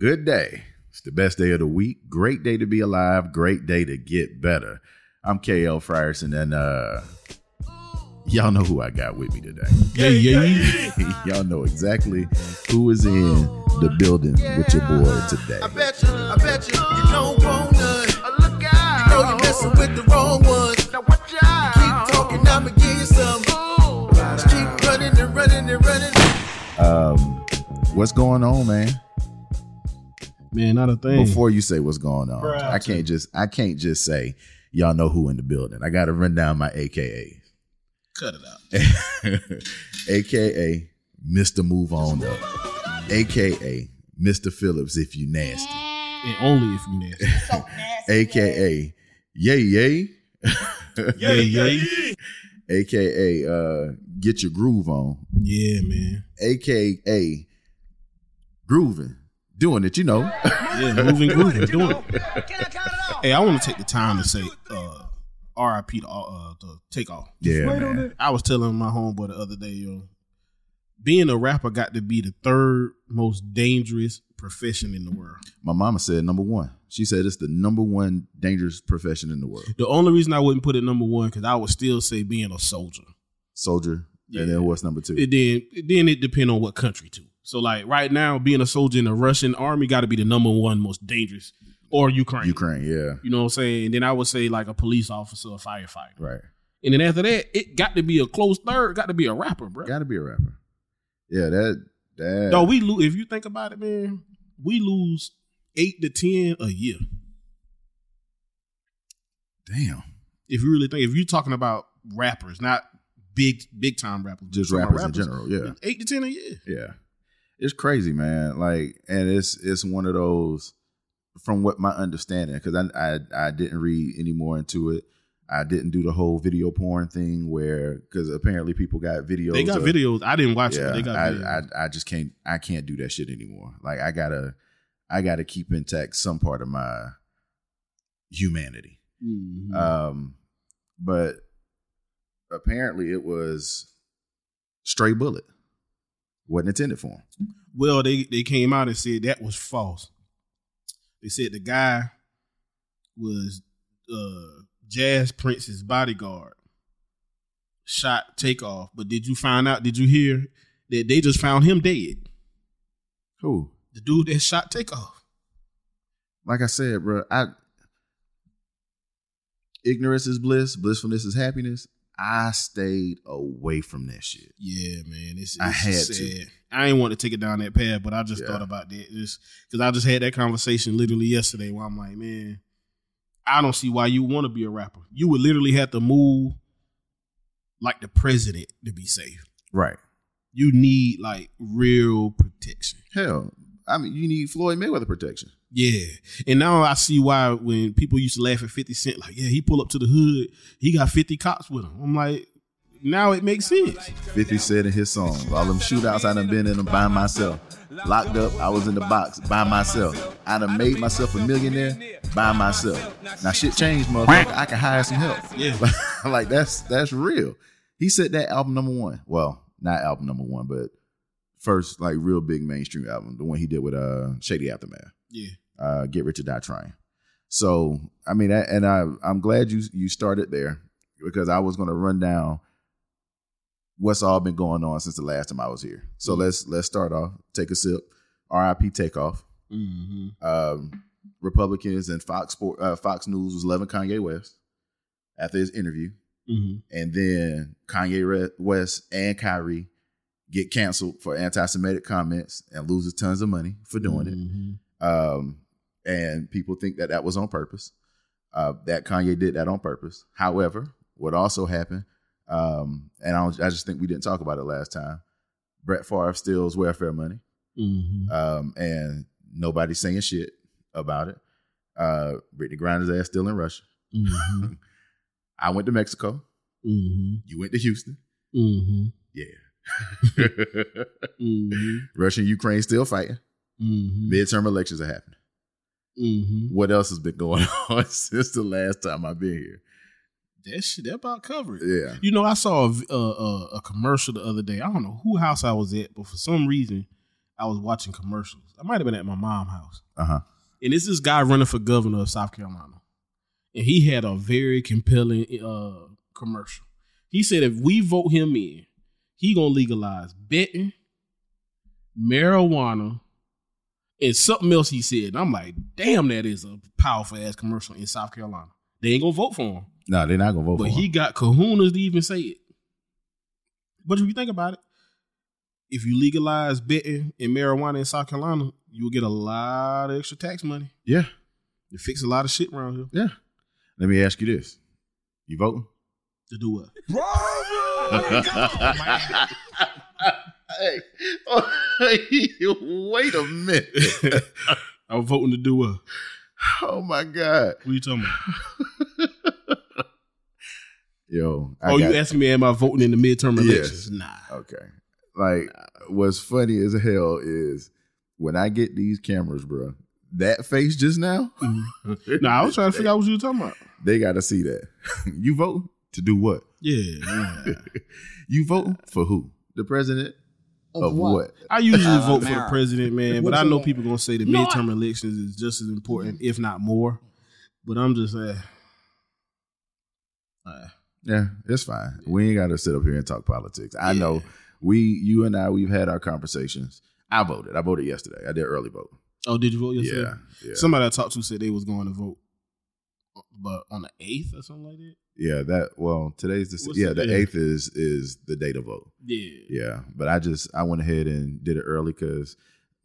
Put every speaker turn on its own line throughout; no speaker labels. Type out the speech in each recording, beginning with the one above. Good day. It's the best day of the week. Great day to be alive. Great day to get better. I'm KL Frierson, and uh, y'all know who I got with me today.
Yeah, yeah, yeah.
y'all know exactly who is in the building with your boy today.
I bet you, I bet you, you don't want none. Look out. You know you're messing with the wrong ones. Now watch out. Keep talking, I'ma give you some. Just keep running and running and running.
Um, what's going on, man?
Man, not a thing.
Before you say what's going on,
Bruh.
I can't just I can't just say y'all know who in the building. I got to run down my AKA,
Cut it out.
AKA Mister Move On Up, AKA Mister Phillips if you nasty.
And only if you nasty.
aka Yay Yay,
Yeah, yeah,
aka uh, Get Your Groove On,
yeah, man.
aka Grooving, doing it, you know.
Yeah, moving, grooving, doing it. Hey, I want to take the time to say uh, R.I.P. to all- uh, to take off.
yeah, man.
I was telling my homeboy the other day, yo, being a rapper got to be the third most dangerous profession in the world.
My mama said number one. She said it's the number one dangerous profession in the world.
The only reason I wouldn't put it number one because I would still say being a soldier.
Soldier,
Yeah.
and then what's number two?
It then it- then it depend on what country too. So like right now, being a soldier in the Russian army got to be the number one most dangerous, or Ukraine.
Ukraine, yeah,
You know what I'm saying? And then I would say like a police officer, a firefighter.
right.
And then after that, it got to be a close third. Got to be a rapper, bro.
Got to be a rapper. Yeah, that that.
No, we lose. If you think about it, man, we lose eight to ten a year.
damn,
If you really think, if you're talking about rappers, not big big time rappers,
just
Talking about
rappers in general. Yeah,
Eight to ten a year.
Yeah. It's crazy, man. Like, and it's it's one of those from what my understanding, because I, I I didn't read any more into it. I didn't do the whole video porn thing where because apparently people got videos.
They got
of-
videos. I didn't watch it.
Yeah,
but They got videos.
I, I I just can't I can't do that shit anymore. Like I gotta I gotta keep intact some part of my humanity.
Mhm.
Um, but apparently it was stray bullet. Wasn't intended for him.
Well, they they came out and said that was false. They said the guy was uh, Jazz Prince's bodyguard. Shot takeoff, but did you find out? Did you hear that they just found him dead?
Who?
The dude that shot takeoff.
Like I said, bro, I ignorance is bliss, blissfulness is happiness. I stayed away from that shit.
Yeah, man, it's, it's
I had to.
I didn't want to take it down that path, but I just
Yeah.
thought about that just because I just had that conversation literally yesterday where I'm like, man, I don't see why you want to be a rapper. You would literally have to move like the president to be safe.
Right.
You need like real protection.
Hell, I mean, you need Floyd Mayweather protection.
Yeah, and now I see why when people used to laugh at Fifty Cent, like, yeah, he pull up to the hood, he got fifty cops with him. I'm like, now it makes sense.
50 said in his song, all them shootouts I done been in them by myself. Locked up, I was in the box by myself. I done made myself a millionaire by myself. Now shit changed, motherfucker. I can hire some help.
Yeah.
like that's that's real. He said that album number one. Well, not album number one, but first like real big mainstream album, the one he did with uh Shady Aftermath,
Yeah,
uh Get Rich or Die Trying. So I mean, I, and I I'm glad you you started there because I was going to run down what's all been going on since the last time I was here. So let's let's start off. Take a sip. R.I.P. Takeoff.
mm-hmm.
Um, Republicans and Fox Sport, uh, Fox News was loving Kanye West after his interview
Mm-hmm.
and then Kanye Re- West and Kyrie get canceled for anti-Semitic comments and loses tons of money for doing
Mhm.
it. Um, and people think that that was on purpose. Uh, that Kanye did that on purpose. However, what also happened, um, and I, don't- I just think we didn't talk about it last time. Brett Favre steals welfare money,
Mhm.
um, and nobody's saying shit about it. Uh, Brittany Griner's ass still in Russia.
Mm-hmm.
I went to Mexico.
Mm-hmm.
You went to Houston.
Mm-hmm.
Yeah.
Mm-hmm.
Russia and Ukraine still fighting.
Mm-hmm.
Midterm elections are happening.
Mm-hmm.
What else has been going on since the last time I've been here?
That shit that about covered. it.
Yeah.
You know, I saw a, v- a, a- a commercial the other day. I don't know who house I was at, but for some reason, I was watching commercials. I might have been at my mom's house.
Uh-huh.
And it's this guy running for governor of South Carolina. And he had a very compelling uh, commercial. He said if we vote him in, he gonna legalize betting, marijuana, and something else he said. And I'm like, damn, that is a powerful ass commercial in South Carolina. They ain't gonna vote for him.
No, they're not gonna vote
But
for
he
him.
got kahunas to even say it. But if you think about it, if you legalize betting and marijuana in South Carolina, you'll get a lot of extra tax money.
Yeah.
You fix a lot of shit around here.
Yeah. Let me ask you this. You voting?
To do what? Oh,
hey, Oh, wait a minute.
I'm voting to do what? What
oh my God.
are you talking about?
Yo, I
oh,
got,
you asking me am I voting in the midterm elections?
Yes.
Nah.
Okay. Like, what's funny as hell is when I get these cameras, bro, that face just now,
Mm-hmm. nah, I was trying to figure out what you were talking about.
they got to see that. you vote to do what?
Yeah. yeah.
You vote for who? The president of, what?
I usually
Uh,
vote for the
Mara.
president, man, but
What
I
you
know
want?
people gonna say the
No, I-
midterm elections is just as important, if not more. But I'm just uh, uh,
Yeah, it's fine. We ain't got to sit up here and talk politics. I know we, you and I, we've had our conversations. I voted. I voted yesterday. I did early vote.
oh, did you vote yesterday?
Yeah, yeah,
Somebody I talked to said they was going to vote, but on the eighth or something like that.
yeah. That well, today's the
What's
yeah.
the
The
day?
eighth is is the day to vote.
Yeah.
Yeah, but I just I went ahead and did it early because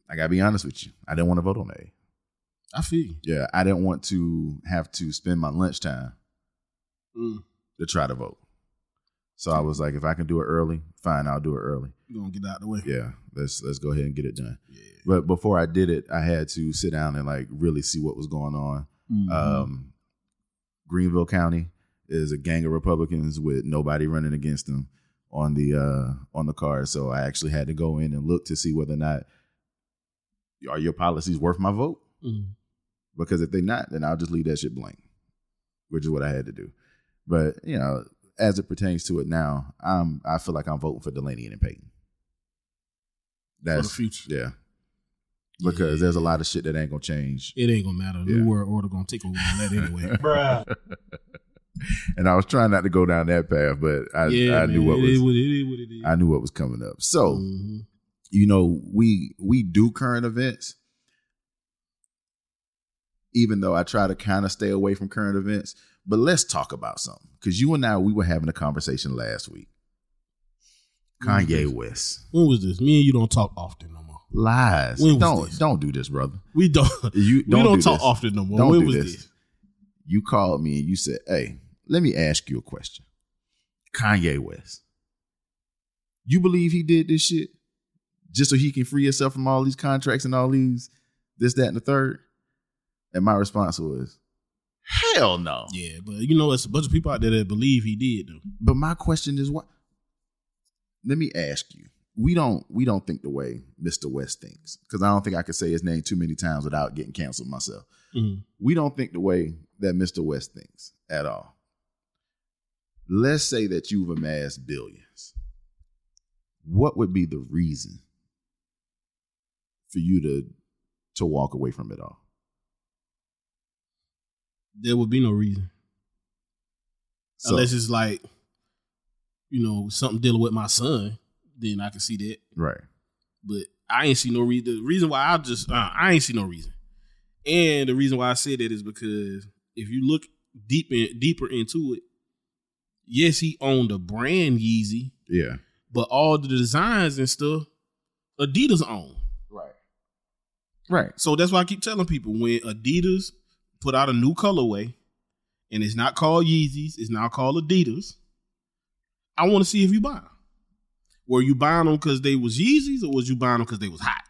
I gotta be honest with you, I didn't want to vote on A.
I feel you.
Yeah, I didn't want to have to spend my lunchtime
Mm.
to try to vote. So I was like, if I can do it early, fine, I'll do it early.
You gonna get out the way?
Yeah, let's let's go ahead and get it done.
Yeah.
But before I did it, I had to sit down and like really see what was going on.
Mm-hmm.
Um, Greenville County is a gang of Republicans with nobody running against them on the uh, on the card. So I actually had to go in and look to see whether or not are your policies worth my vote.
Mm.
Because if they're not, then I'll just leave that shit blank, which is what I had to do. But you know, as it pertains to it now, I'm I feel like I'm voting for Delaney and Payton.
for the
That's
future.
yeah. Because there's a lot of shit that ain't gonna change.
It ain't gonna matter.
Yeah.
New world order gonna take over all that anyway.
And I was trying not to go down that path, but I, I knew
man,
what
it is
was
what it is. What it is.
I knew what was coming up. So
Mhm.
you know, we we do current events. Even though I try to kind of stay away from current events, but let's talk about something because you and I we were having a conversation last week. Kanye West
When was this? Me and you don't talk often no more.
lies.
When was
don't
this?
don't do this, brother.
We don't.
You
we
don't,
don't
do
talk
this.
often no more.
Don't
when
do
was
this.
this?
You called me and you said, "Hey, let me ask you a question." Kanye West, you believe he did this shit just so he can free himself from all these contracts and all these this, that, and the third? And my response was, "Hell no."
Yeah, but you know, it's a bunch of people out there that believe he did though.
But my question is, why? Let me ask you. We don't we don't think the way Mr. West thinks because I don't think I could say his name too many times without getting canceled myself. we don't think the way that Mr. West thinks at all. Let's say that you've amassed billions. What would be the reason for you to to walk away from it all?
There would be no reason
So,
unless it's like, you know, something dealing with my son. Then I can see that.
right.
But I ain't see no reason. The reason why I just uh, I ain't see no reason, and the reason why I said that is because if you look deep in deeper into it, yes, he owned a brand Yeezy,
Yeah.
but all the designs and stuff, Adidas owned.
Right. Right.
So that's why I keep telling people when Adidas put out a new colorway and it's not called Yeezys, it's now called Adidas. I want to see if you buy 'em. Were you buying them because they was Yeezys or was you buying them because they was hot?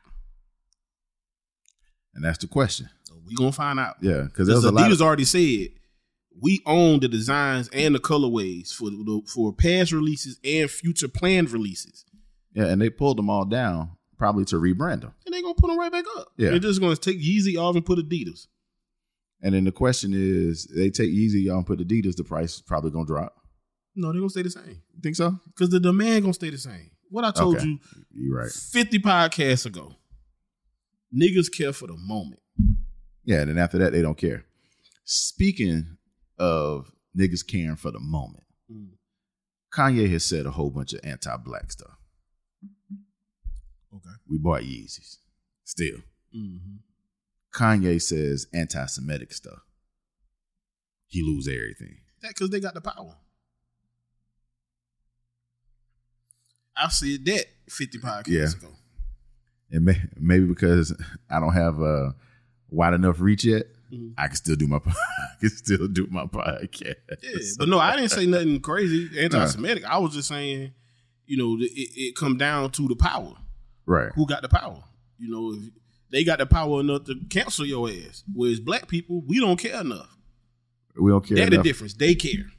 And that's the question.
So we gonna find out.
Yeah, because
Because
there's a
Adidas
lot. Of,
already said we own the designs and the colorways for the, for past releases and future planned releases,
yeah, and they pulled them all down probably to rebrand them.
and they gonna put them right back up.
Yeah.
they're just gonna take Yeezy off and put Adidas.
And then the question is, they take Yeezy y'all and put Adidas, the price is probably gonna drop.
No, they're gonna stay the same
Think so?
because the demand gonna stay the same. What I told
Okay.
you
You right?
50 podcasts ago. Niggas care for the moment.
Yeah, and then after that, they don't care. Speaking of niggas caring for the moment,
Mm.
Kanye has said a whole bunch of anti-black stuff.
Okay.
We bought Yeezys. Still,
Mm-hmm.
Kanye says anti-Semitic stuff. He lose everything.
That because they got the power. I said that 50 podcasts
Yeah.
ago.
and may, maybe because I don't have a wide enough reach yet,
Mhm.
I can still do my po- I can still do my podcast.
Yeah, but no, I didn't say nothing crazy anti-Semitic. I was just saying, you know, it, it come down to the power.
right,
Who got the power? You know, if they got the power enough to cancel your ass. Whereas black people, we don't care enough.
we don't care.
That's the
Enough.
difference. They care.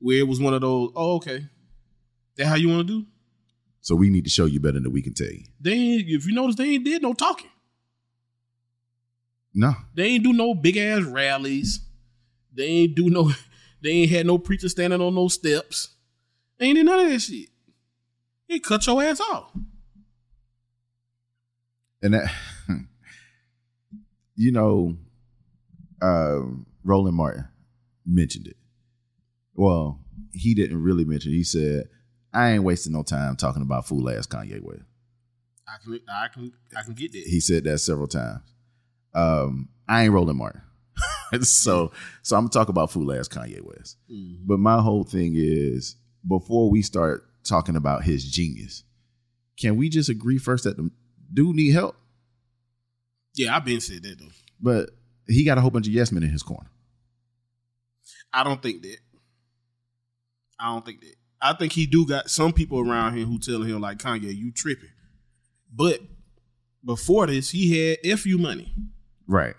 Where it was one of those, oh okay, that how you want to do?
So we need to show you better than we can tell you.
They ain't, if you notice, they ain't did no talking.
No,
They ain't do no big ass rallies. They ain't do no. They ain't had no preacher standing on no steps. They ain't did none of that shit. They cut your ass off.
and that you know, uh, Roland Martin mentioned it. Well, he didn't really mention. It. He said, "I ain't wasting no time talking about fool ass Kanye West."
I can, I can, I can get that.
he said that several times. Um, I ain't Roland Martin. so so I'm gonna talk about fool ass Kanye West.
Mhm.
But my whole thing is before we start talking about his genius, can we just agree first that the dude need help?
Yeah, I've been said that though.
But he got a whole bunch of yes men in his corner.
I don't think that. I don't think that. I think he do got some people around him who telling him like Kanye, you tripping. But before this, he had f you money.
Right.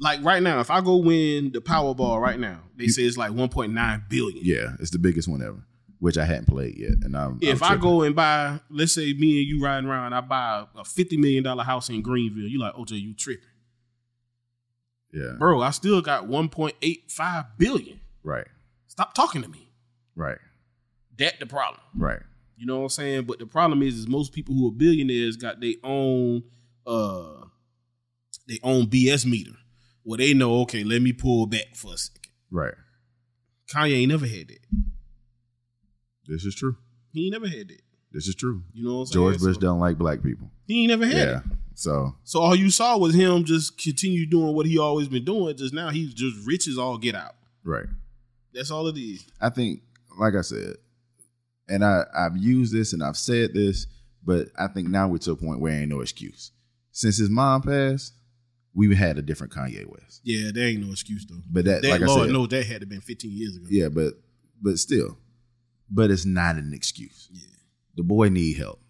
Like right now, if I go win the Powerball right now, they say it's like one point nine billion.
Yeah, it's the biggest one ever, which I hadn't played yet. And I'm
if
I'm
I
tripping.
go and buy, let's say me and you riding around, I buy a fifty million dollar house in Greenville. You like, OJ, you tripping,
yeah,
bro? I still got one point eight five billion.
right,
Stop talking to me.
right,
That the problem.
right,
You know what I'm saying? But the problem is, is most people who are billionaires got their own, uh, their own BS meter. Well, they know, okay, let me pull back for a second.
right.
Kanye ain't never had that.
This is true.
He ain't never had that.
This is true.
You know what I'm saying?
George Bush
So,
don't like black people.
He ain't never had it.
Yeah. So
So all you saw was him just continue doing what he always been doing. Just now he's just rich as all get out.
right.
That's all it is.
I think, like I said, and I, I've used this and I've said this, but I think now we're to a point where ain't no excuse. Since his mom passed, we've had a different Kanye West.
Yeah, there ain't no excuse though.
But that,
That
like I
Lord
said,
knows that had to been 15 years ago.
yeah, but but still, but it's not an excuse.
Yeah.
The boy need help.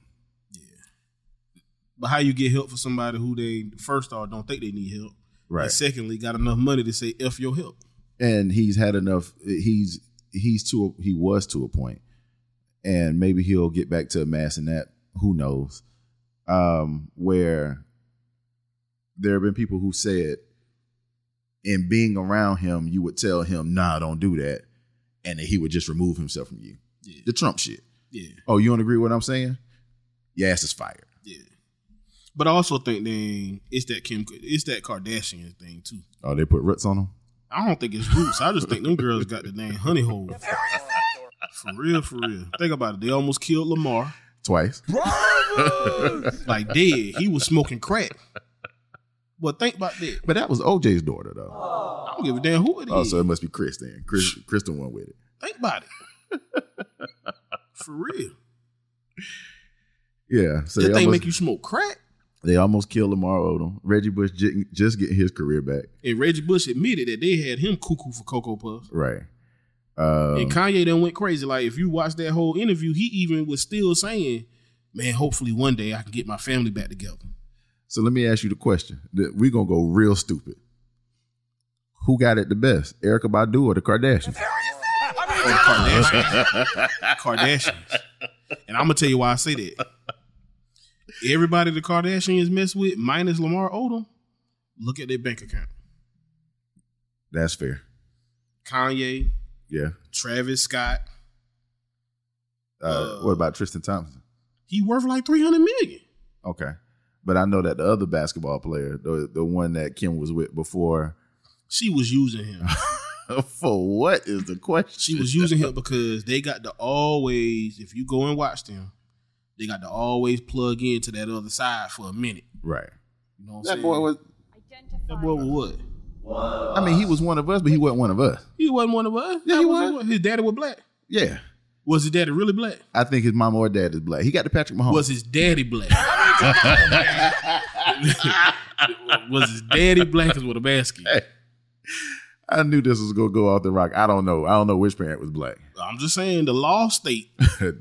But how you get help for somebody who they first off don't think they need help,
Right.
and secondly got enough money to say f your help.
and he's had enough. He's he's to a, he was to a point, and maybe he'll get back to amassing that. Who knows? Um, where there have been people who said, in being around him, you would tell him, "Nah, don't do that," and then he would just remove himself from you.
Yeah,
The Trump shit.
yeah,
Oh, you don't agree with what I'm saying? Your ass is fired.
yeah. But I also think then it's that Kim, it's that Kardashian thing too.
Oh, they put roots on him.
I don't think it's roots. I just think them girls got the name honey hole. For real, for real. Think about it. They almost killed Lamar.
Twice.
like dead. He was smoking crack. But think about that.
But that was OJ's daughter, though.
I don't give a damn who it is.
Oh, so it must be Chris then. Chris, Kristen went with it.
think about it. For real.
Yeah. So
that
they
thing
almost-
make you smoke crack.
They almost killed Lamar Odom. Reggie Bush j- just getting his career back.
And Reggie Bush admitted that they had him cuckoo for Cocoa Puffs.
Right. Um,
and Kanye then went crazy. Like if you watch that whole interview, he even was still saying, Man, hopefully one day I can get my family back together.
so let me ask you the question. Th- we going to go real stupid. Who got it the best, Erica Badu or the Kardashians?
Or the Kardashians. Kardashians. And I'm gonna tell you why I say that. Everybody the Kardashians mess with, minus Lamar Odom, look at their bank account.
That's fair.
Kanye,
Yeah.
Travis Scott,
Uh, what about Tristan Thompson?
he worth like 300 million.
Okay. But I know that the other basketball player, the the one that Kim was with before,
She was using him.
for what is the question?
She was using him because they got to always, if you go and watch them, they got to always plug into that other side for a minute.
right.
You know what I'm
That
saying?
boy was.
That boy was what?
I mean, he was one of us, but he wasn't one of us.
He wasn't one of us.
Yeah, he
That
was.
His daddy was black.
Yeah,
Was his daddy really black?
I think his mom or dad is black. He got the Patrick Mahomes.
Was his daddy black? was his daddy black as with a basket?
Hey, I knew this was gonna go off the rock. I don't know. I don't know which parent was black.
I'm just saying the law state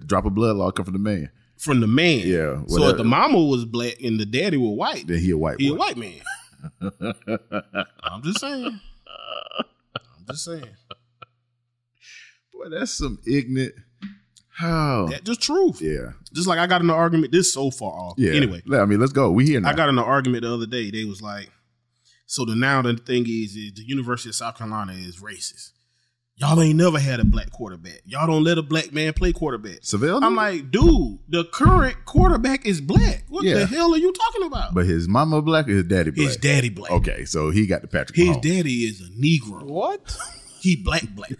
Drop a blood law come from the man.
from the man.
Yeah,
So
whatever.
if the mama was black and the daddy was white,
Then he a white
he
boy.
a white man. I'm just saying. I'm just saying.
Boy, that's some ignorant. How?
That's the truth.
Oh. yeah.
Just like I got in an argument. This so far off.
Yeah.
Anyway,
I mean, let's go. We here now.
I got in an argument the other day. They was like, so the now the thing is, is the University of South Carolina is racist. Y'all ain't never had a black quarterback. Y'all don't let a black man play quarterback.
Seville.
I'm like, dude, the current quarterback is black. What
Yeah.
the hell are you talking about?
but his mama black or his daddy black?
His daddy black.
Okay, Oh. so he got the Patrick
His
Mahomes.
daddy is a Negro. What? He black black.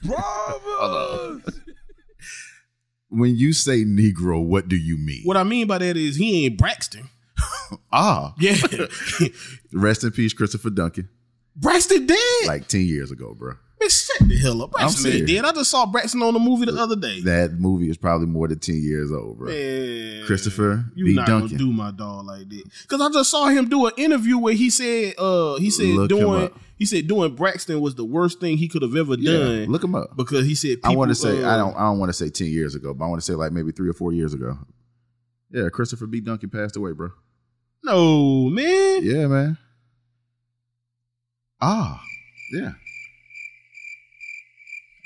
When you say Negro, what do you mean?
What I mean by that is he ain't Braxton.
Ah,
Yeah.
rest in peace, Christopher Duncan.
Braxton dead.
Like ten years ago, bro.
Man, shut the hell up.
I'm
Braxton ain't
serious.
dead. I just saw Braxton on the movie the other day.
That movie is probably more than ten years old, bro.
Man,
Christopher
you
B.
not
Duncan.
gonna do my dog like that. Cause I just saw him do an interview where he said uh he said
Look him
doing
up.
he said doing Braxton was the worst thing he could have ever
Yeah,
done.
look him up.
because he said
I want to
people,
say
uh,
I don't I don't want to say ten years ago, but I want to say like maybe three or four years ago. Yeah, Christopher B. Duncan passed away, bro.
No man.
Yeah, man. Ah, yeah.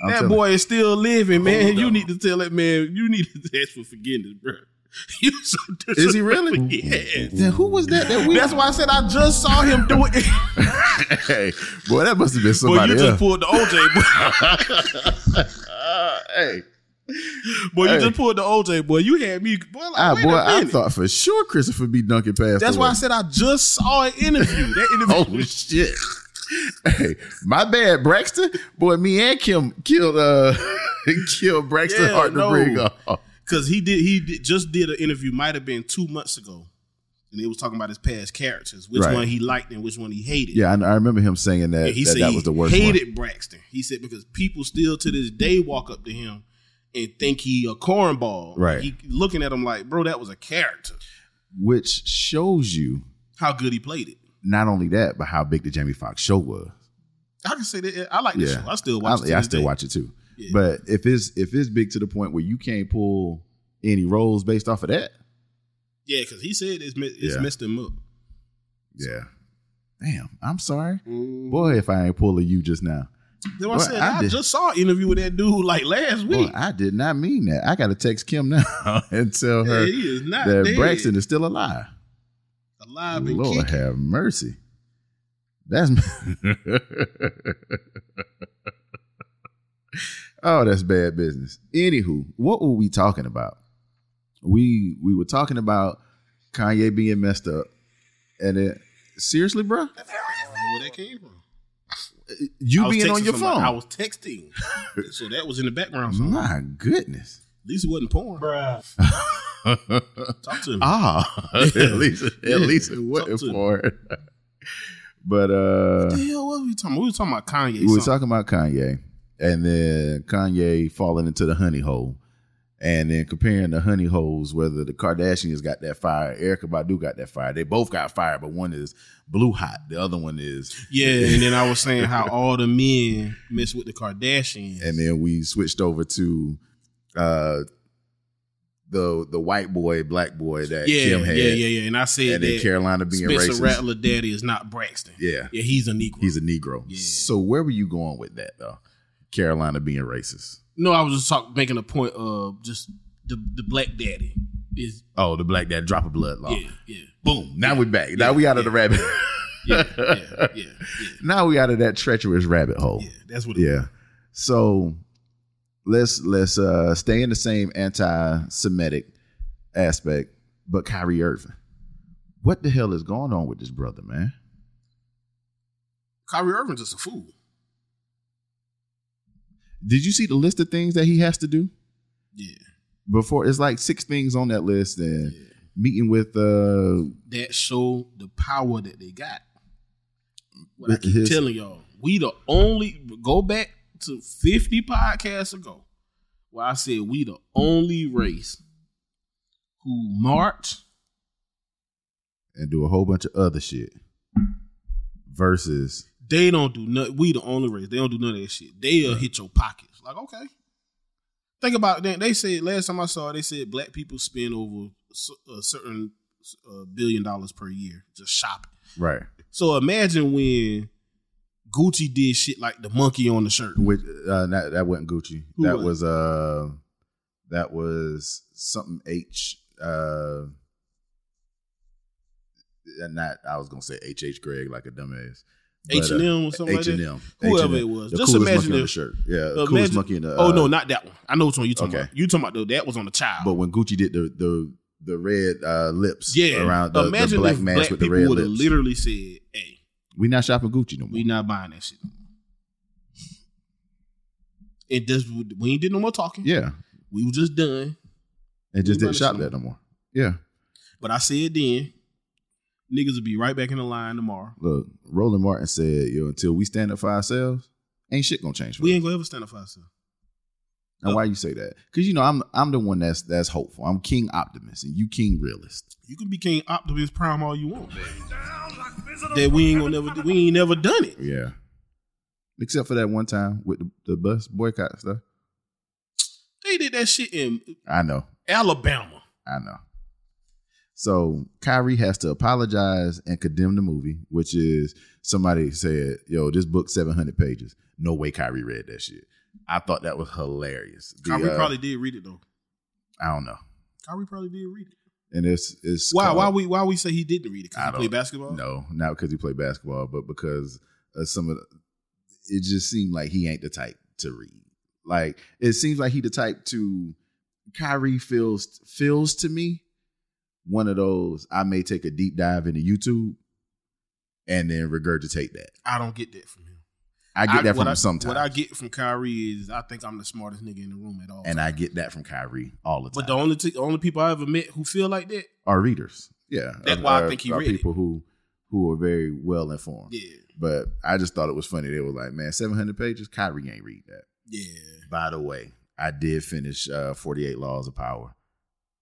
I'm
that
telling-
boy is still living, man.
Hold
you
on.
need to tell that man. You need to ask for forgiveness, bro. You so
Is he really?
Yes.
Then who was that that we?
That's why I said I just saw him do it.
hey, boy, that must have been
Boy,
somebody
you just
else.
pulled the OJ. Boy,
hey,
boy you
Hey.
just pulled the OJ. Boy, you had me. Boy, like,
ah,
wait
boy,
a
I
minute.
thought for sure Christopher B. Duncan passed
That's
away.
why I said I just saw an interview. That
Oh
interview.
shit. Hey, my bad, Braxton. Boy, me and Kim killed uh killed Braxton
Yeah,
Hart to
no.
bring up.
Cause he did, he did, just did an interview. Might have been two months ago, and it was talking about his past characters, which
Right.
one he liked and which one he hated.
Yeah, I, I remember him saying that
And he
that,
said
that
he
was the worst
hated
one.
Braxton. He said because people still to this day walk up to him and think he a cornball.
Right.
He looking at him like, bro, that was a character.
Which shows you
How good he played it.
not only that, but how big the Jamie Foxx show was.
I can say that I like the
Yeah.
show. I still
I,
watch it.
yeah,
to
I
this
still
day.
watch it too.
Yeah.
But if it's if it's big to the point where you can't pull any roles based off of that,
Yeah, because he said it's, mi- it's
Yeah.
messed him up.
yeah. Damn, I'm sorry, boy. If I ain't pulling you just now,
Then I
Boy,
said
I
I,
did-
just saw an interview with that dude like last
boy,
week.
I did not mean that. I got to text Kim now and tell
Yeah,
her
he is not
that
dead.
Braxton is still alive.
alive and
Lord
kicking.
have mercy. That's oh, that's bad business. Anywho, what were we talking about? We we were talking about Kanye being messed up, and it seriously, bruh?
I don't know where that came from. I
you
was
being on
texting
your
somebody.
phone.
I was texting, so that was in the background. Somewhere. At
My goodness.
least it wasn't porn. Talk to me.
ah, at least
Yeah.
at least it wasn't
Talk to me.
for. it. But uh,
the hell what were we talking about? We were talking about Kanye.
we were talking
something.
about Kanye, and then Kanye falling into the honey hole, and then comparing the honey holes. Whether the Kardashians got that fire, Erica Badu got that fire. They both got fire, but one is blue hot. The other one is,
yeah, and then I was saying how all the men mess with the Kardashians.
and then we switched over to uh, the the white boy, black boy that
yeah,
Kim
yeah,
had,
yeah, yeah. And I said
and then
that
Carolina being
Spencer
racist.
Rattler daddy is not Braxton.
Yeah,
Yeah, he's a Negro.
he's a Negro.
Yeah.
So where were you going with that though? Carolina being racist.
no, I was just talking, making a point of just the the black daddy is
Oh, the black dad drop a blood law.
yeah, yeah,
Boom. Now we back. now we out of the rabbit.
yeah, yeah, yeah, yeah,
now we out of that treacherous rabbit hole.
yeah. That's what. It
Yeah. So let's let's uh stay in the same anti Semitic aspect, but Kyrie Irving. what the hell is going on with this brother, man?
Kyrie Irving's just a fool.
Did you see the list of things that he has to do
Yeah.
before? It's like six things on that list, and
Yeah.
meeting with uh,
That show the power that they got. What I
With
keep
his-
telling y'all, we the only go back to fifty podcasts ago, where I said we the only race who march
and do a whole bunch of other shit. Versus,
They don't do nothing. We the only race. They don't do none of that shit. They'll hit your pockets. Like, okay. Think about that. They said last time I saw it, they said black people spend over a s- a certain uh, billion dollars per year just shopping.
right?
So imagine when Gucci did shit like the monkey on the shirt.
Which uh, that that wasn't Gucci.
Who
that
was
was uh, that was something H. Uh, and not I was gonna say H H Greg like a dumbass.
H and M or something
uh, H
like
and
that.
M.
Whoever it was.
The
Just
coolest monkey
imagine
on the
if-
shirt. Yeah, the
imagine-
coolest monkey in the.
oh no,
uh,
not that one. I know which one you talking
okay.
about. You talking about the that was on the child.
But when Gucci did the the the red uh, lips
yeah,
around the, the
imagine
black
if
mask
black
with the
people
red
would
lips.
have literally said, "Hey,
we not shopping Gucci no more.
We not buying that shit. no more. It just we ain't did no more talking.
yeah,
We was just done.
and just didn't
We not
shop
shopping.
that no more. Yeah,
But I said then, niggas will be right back in the line tomorrow.
look, Roland Martin said, "Yo, until we stand up for ourselves, ain't shit gonna change for
We
us."
ain't gonna ever stand up for ourselves.
Now, why you say that? Because you know I'm I'm the one that's that's hopeful. I'm king optimist, and you king realist.
You can be King Optimus Prime all you want. That we ain't gonna never we ain't never done it.
Yeah. Except for that one time with the, the bus boycott stuff.
They did that shit in
I know,
Alabama.
I know. So Kyrie has to apologize and condemn the movie, which is somebody said, "Yo, this book 700 pages. No way Kyrie read that shit." I thought that was hilarious. The,
Kyrie
uh,
probably did read it though.
I don't know.
Kyrie probably did read it.
And it's it's
Why
called-
why we why we say he didn't read it? Cause
I
he
don't
played basketball?
No, not because he played basketball, but because of some of the, it just seemed like he ain't the type to read. Like it seems like he the type to Kyrie feels feels to me one of those I may take a deep dive into YouTube and then regurgitate that.
I don't get that from him.
I get that
what
from him sometimes.
What I get from Kyrie is I think I'm the smartest nigga in the room at all.
and I get that from Kyrie all the time.
But the only t- only people I ever met who feel like that,
are readers. Yeah.
That's
are-
why I
are-
think he
are
read it.
people who who are very well informed.
yeah,
But I just thought it was funny. They were like, man, 700 pages? Kyrie ain't read that.
yeah,
By the way, I did finish uh, 48 Laws of Power.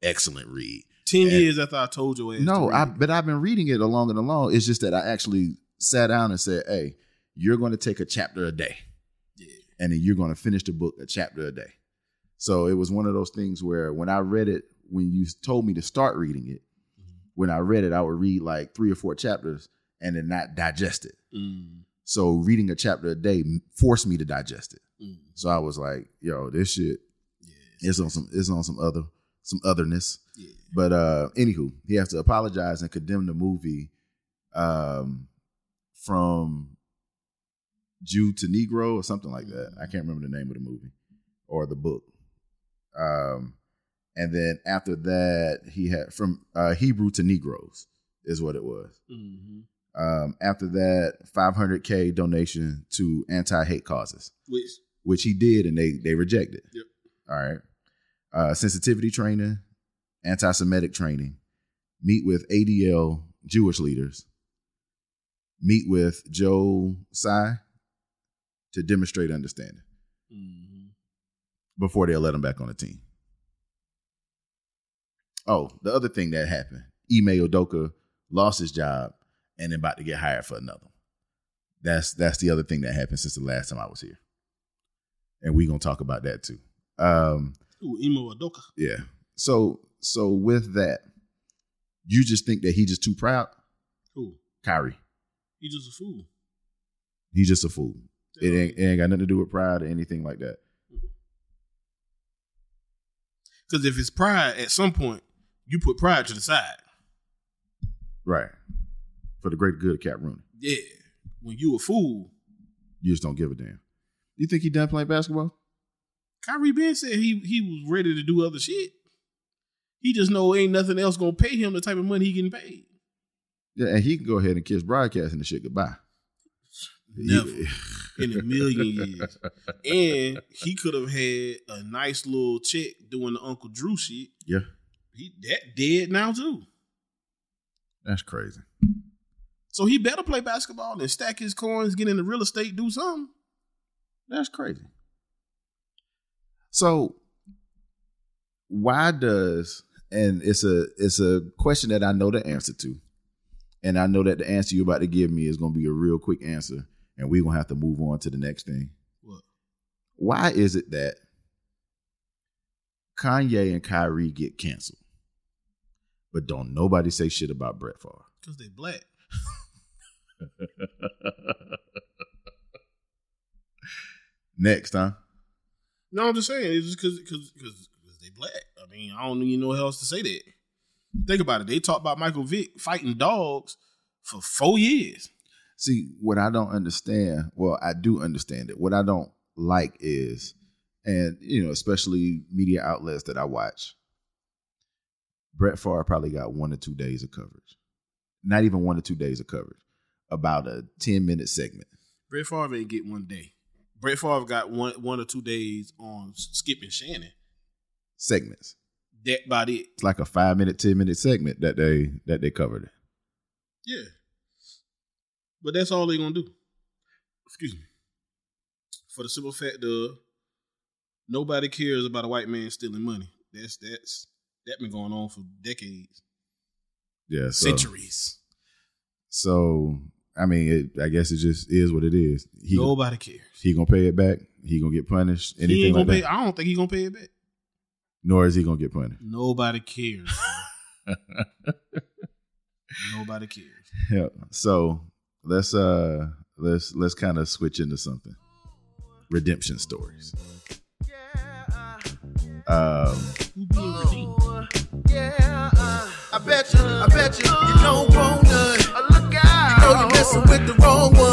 Excellent read.
ten
And-
years after I told your ass.
No,
to
I,
read.
but I've been reading it along and along. It's just that I actually sat down and said, hey, you're going to take a chapter a day
Yeah.
and then you're going to finish the book a chapter a day. So it was one of those things where when I read it, when you told me to start reading it, when I read it, I would read like three or four chapters and then not digest it.
Mm,
So reading a chapter a day forced me to digest it.
mm,
So I was like, yo, this shit
yeah,
it's on some it's on some other some otherness.
yeah.
But uh anywho, he has to apologize and condemn the movie um from Jew to Negro or something like that. I can't remember the name of the movie or the book. Um and then after that he had from uh Hebrew to Negroes is what it was.
hmm
Um after that 500k donation to anti-hate causes
Which
which he did, and they they rejected.
Yep.
All right. Uh, sensitivity training, anti-Semitic training, meet with ADL Jewish leaders, meet with Joe Tsai to demonstrate understanding
mhm.
before they'll let him back on the team. Oh, the other thing that happened, Ime Odoka lost his job and then about to get hired for another. one. That's that's the other thing that happened since the last time I was here. And we're gonna talk about that too. Um,
Ooh, Emo Adoka.
yeah. So so with that, you just think that he just too proud?
Who?
Kyrie.
He just a fool.
He's just a fool. It ain't, it ain't got nothing to do with pride or anything like that.
Because if it's pride, at some point you put pride to the side.
Right. For the great good of Cap Rooney.
Yeah, when you a fool,
You just don't give a damn. You think he done playing basketball?
Kyrie Ben said he he was ready to do other shit. He just know ain't nothing else gonna pay him the type of money he getting paid.
Yeah, and he can go ahead and kiss broadcasting the shit goodbye. He-
Never in a million years. And he could have had a nice little check doing the Uncle Drew shit.
Yeah.
He that dead now too.
That's crazy.
So he better play basketball and stack his coins, get into real estate, do something.
That's crazy. So why does and it's a it's a question that I know the answer to. And I know that the answer you're about to give me is gonna be a real quick answer, and we're gonna have to move on to the next thing.
What?
Why is it that Kanye and Kyrie get canceled? But don't nobody say shit about Brett Favre.
Cause they black.
Next, huh?
No, I'm just saying it's just cause cause cause, 'cause they black. I mean, I don't even know how else to say that. Think about it. They talk about Michael Vick fighting dogs for four years.
See, what I don't understand, well, I do understand it. What I don't like is, and you know, especially media outlets that I watch, Brett Favre probably got one or two days of coverage. Not even one or two days of coverage. About a 10 minute segment.
Brett Favre ain't get one day. Brett Favre got one one or two days on Skip and Shannon.
Segments.
That about it.
It's like a five minute, 10 minute segment that they that they covered.
Yeah. But that's all they gonna do. Excuse me. For the simple fact of nobody cares about a white man stealing money. That's that's that been going on for decades,
Yeah. So,
centuries.
so I mean, it, I guess it just is what it is. He
nobody cares.
he gonna pay it back. He gonna get punished. Anything
he ain't
like
gonna
that.
pay. I don't think he gonna pay it back.
Nor is he gonna get punished.
Nobody cares. nobody cares.
Yeah. So let's uh let's let's kind of switch into something. Redemption stories. Um
Who being redeemed?
Oh, uh, I bet you, I bet you, you don't want none. Look out. You know you're messing with the wrong one.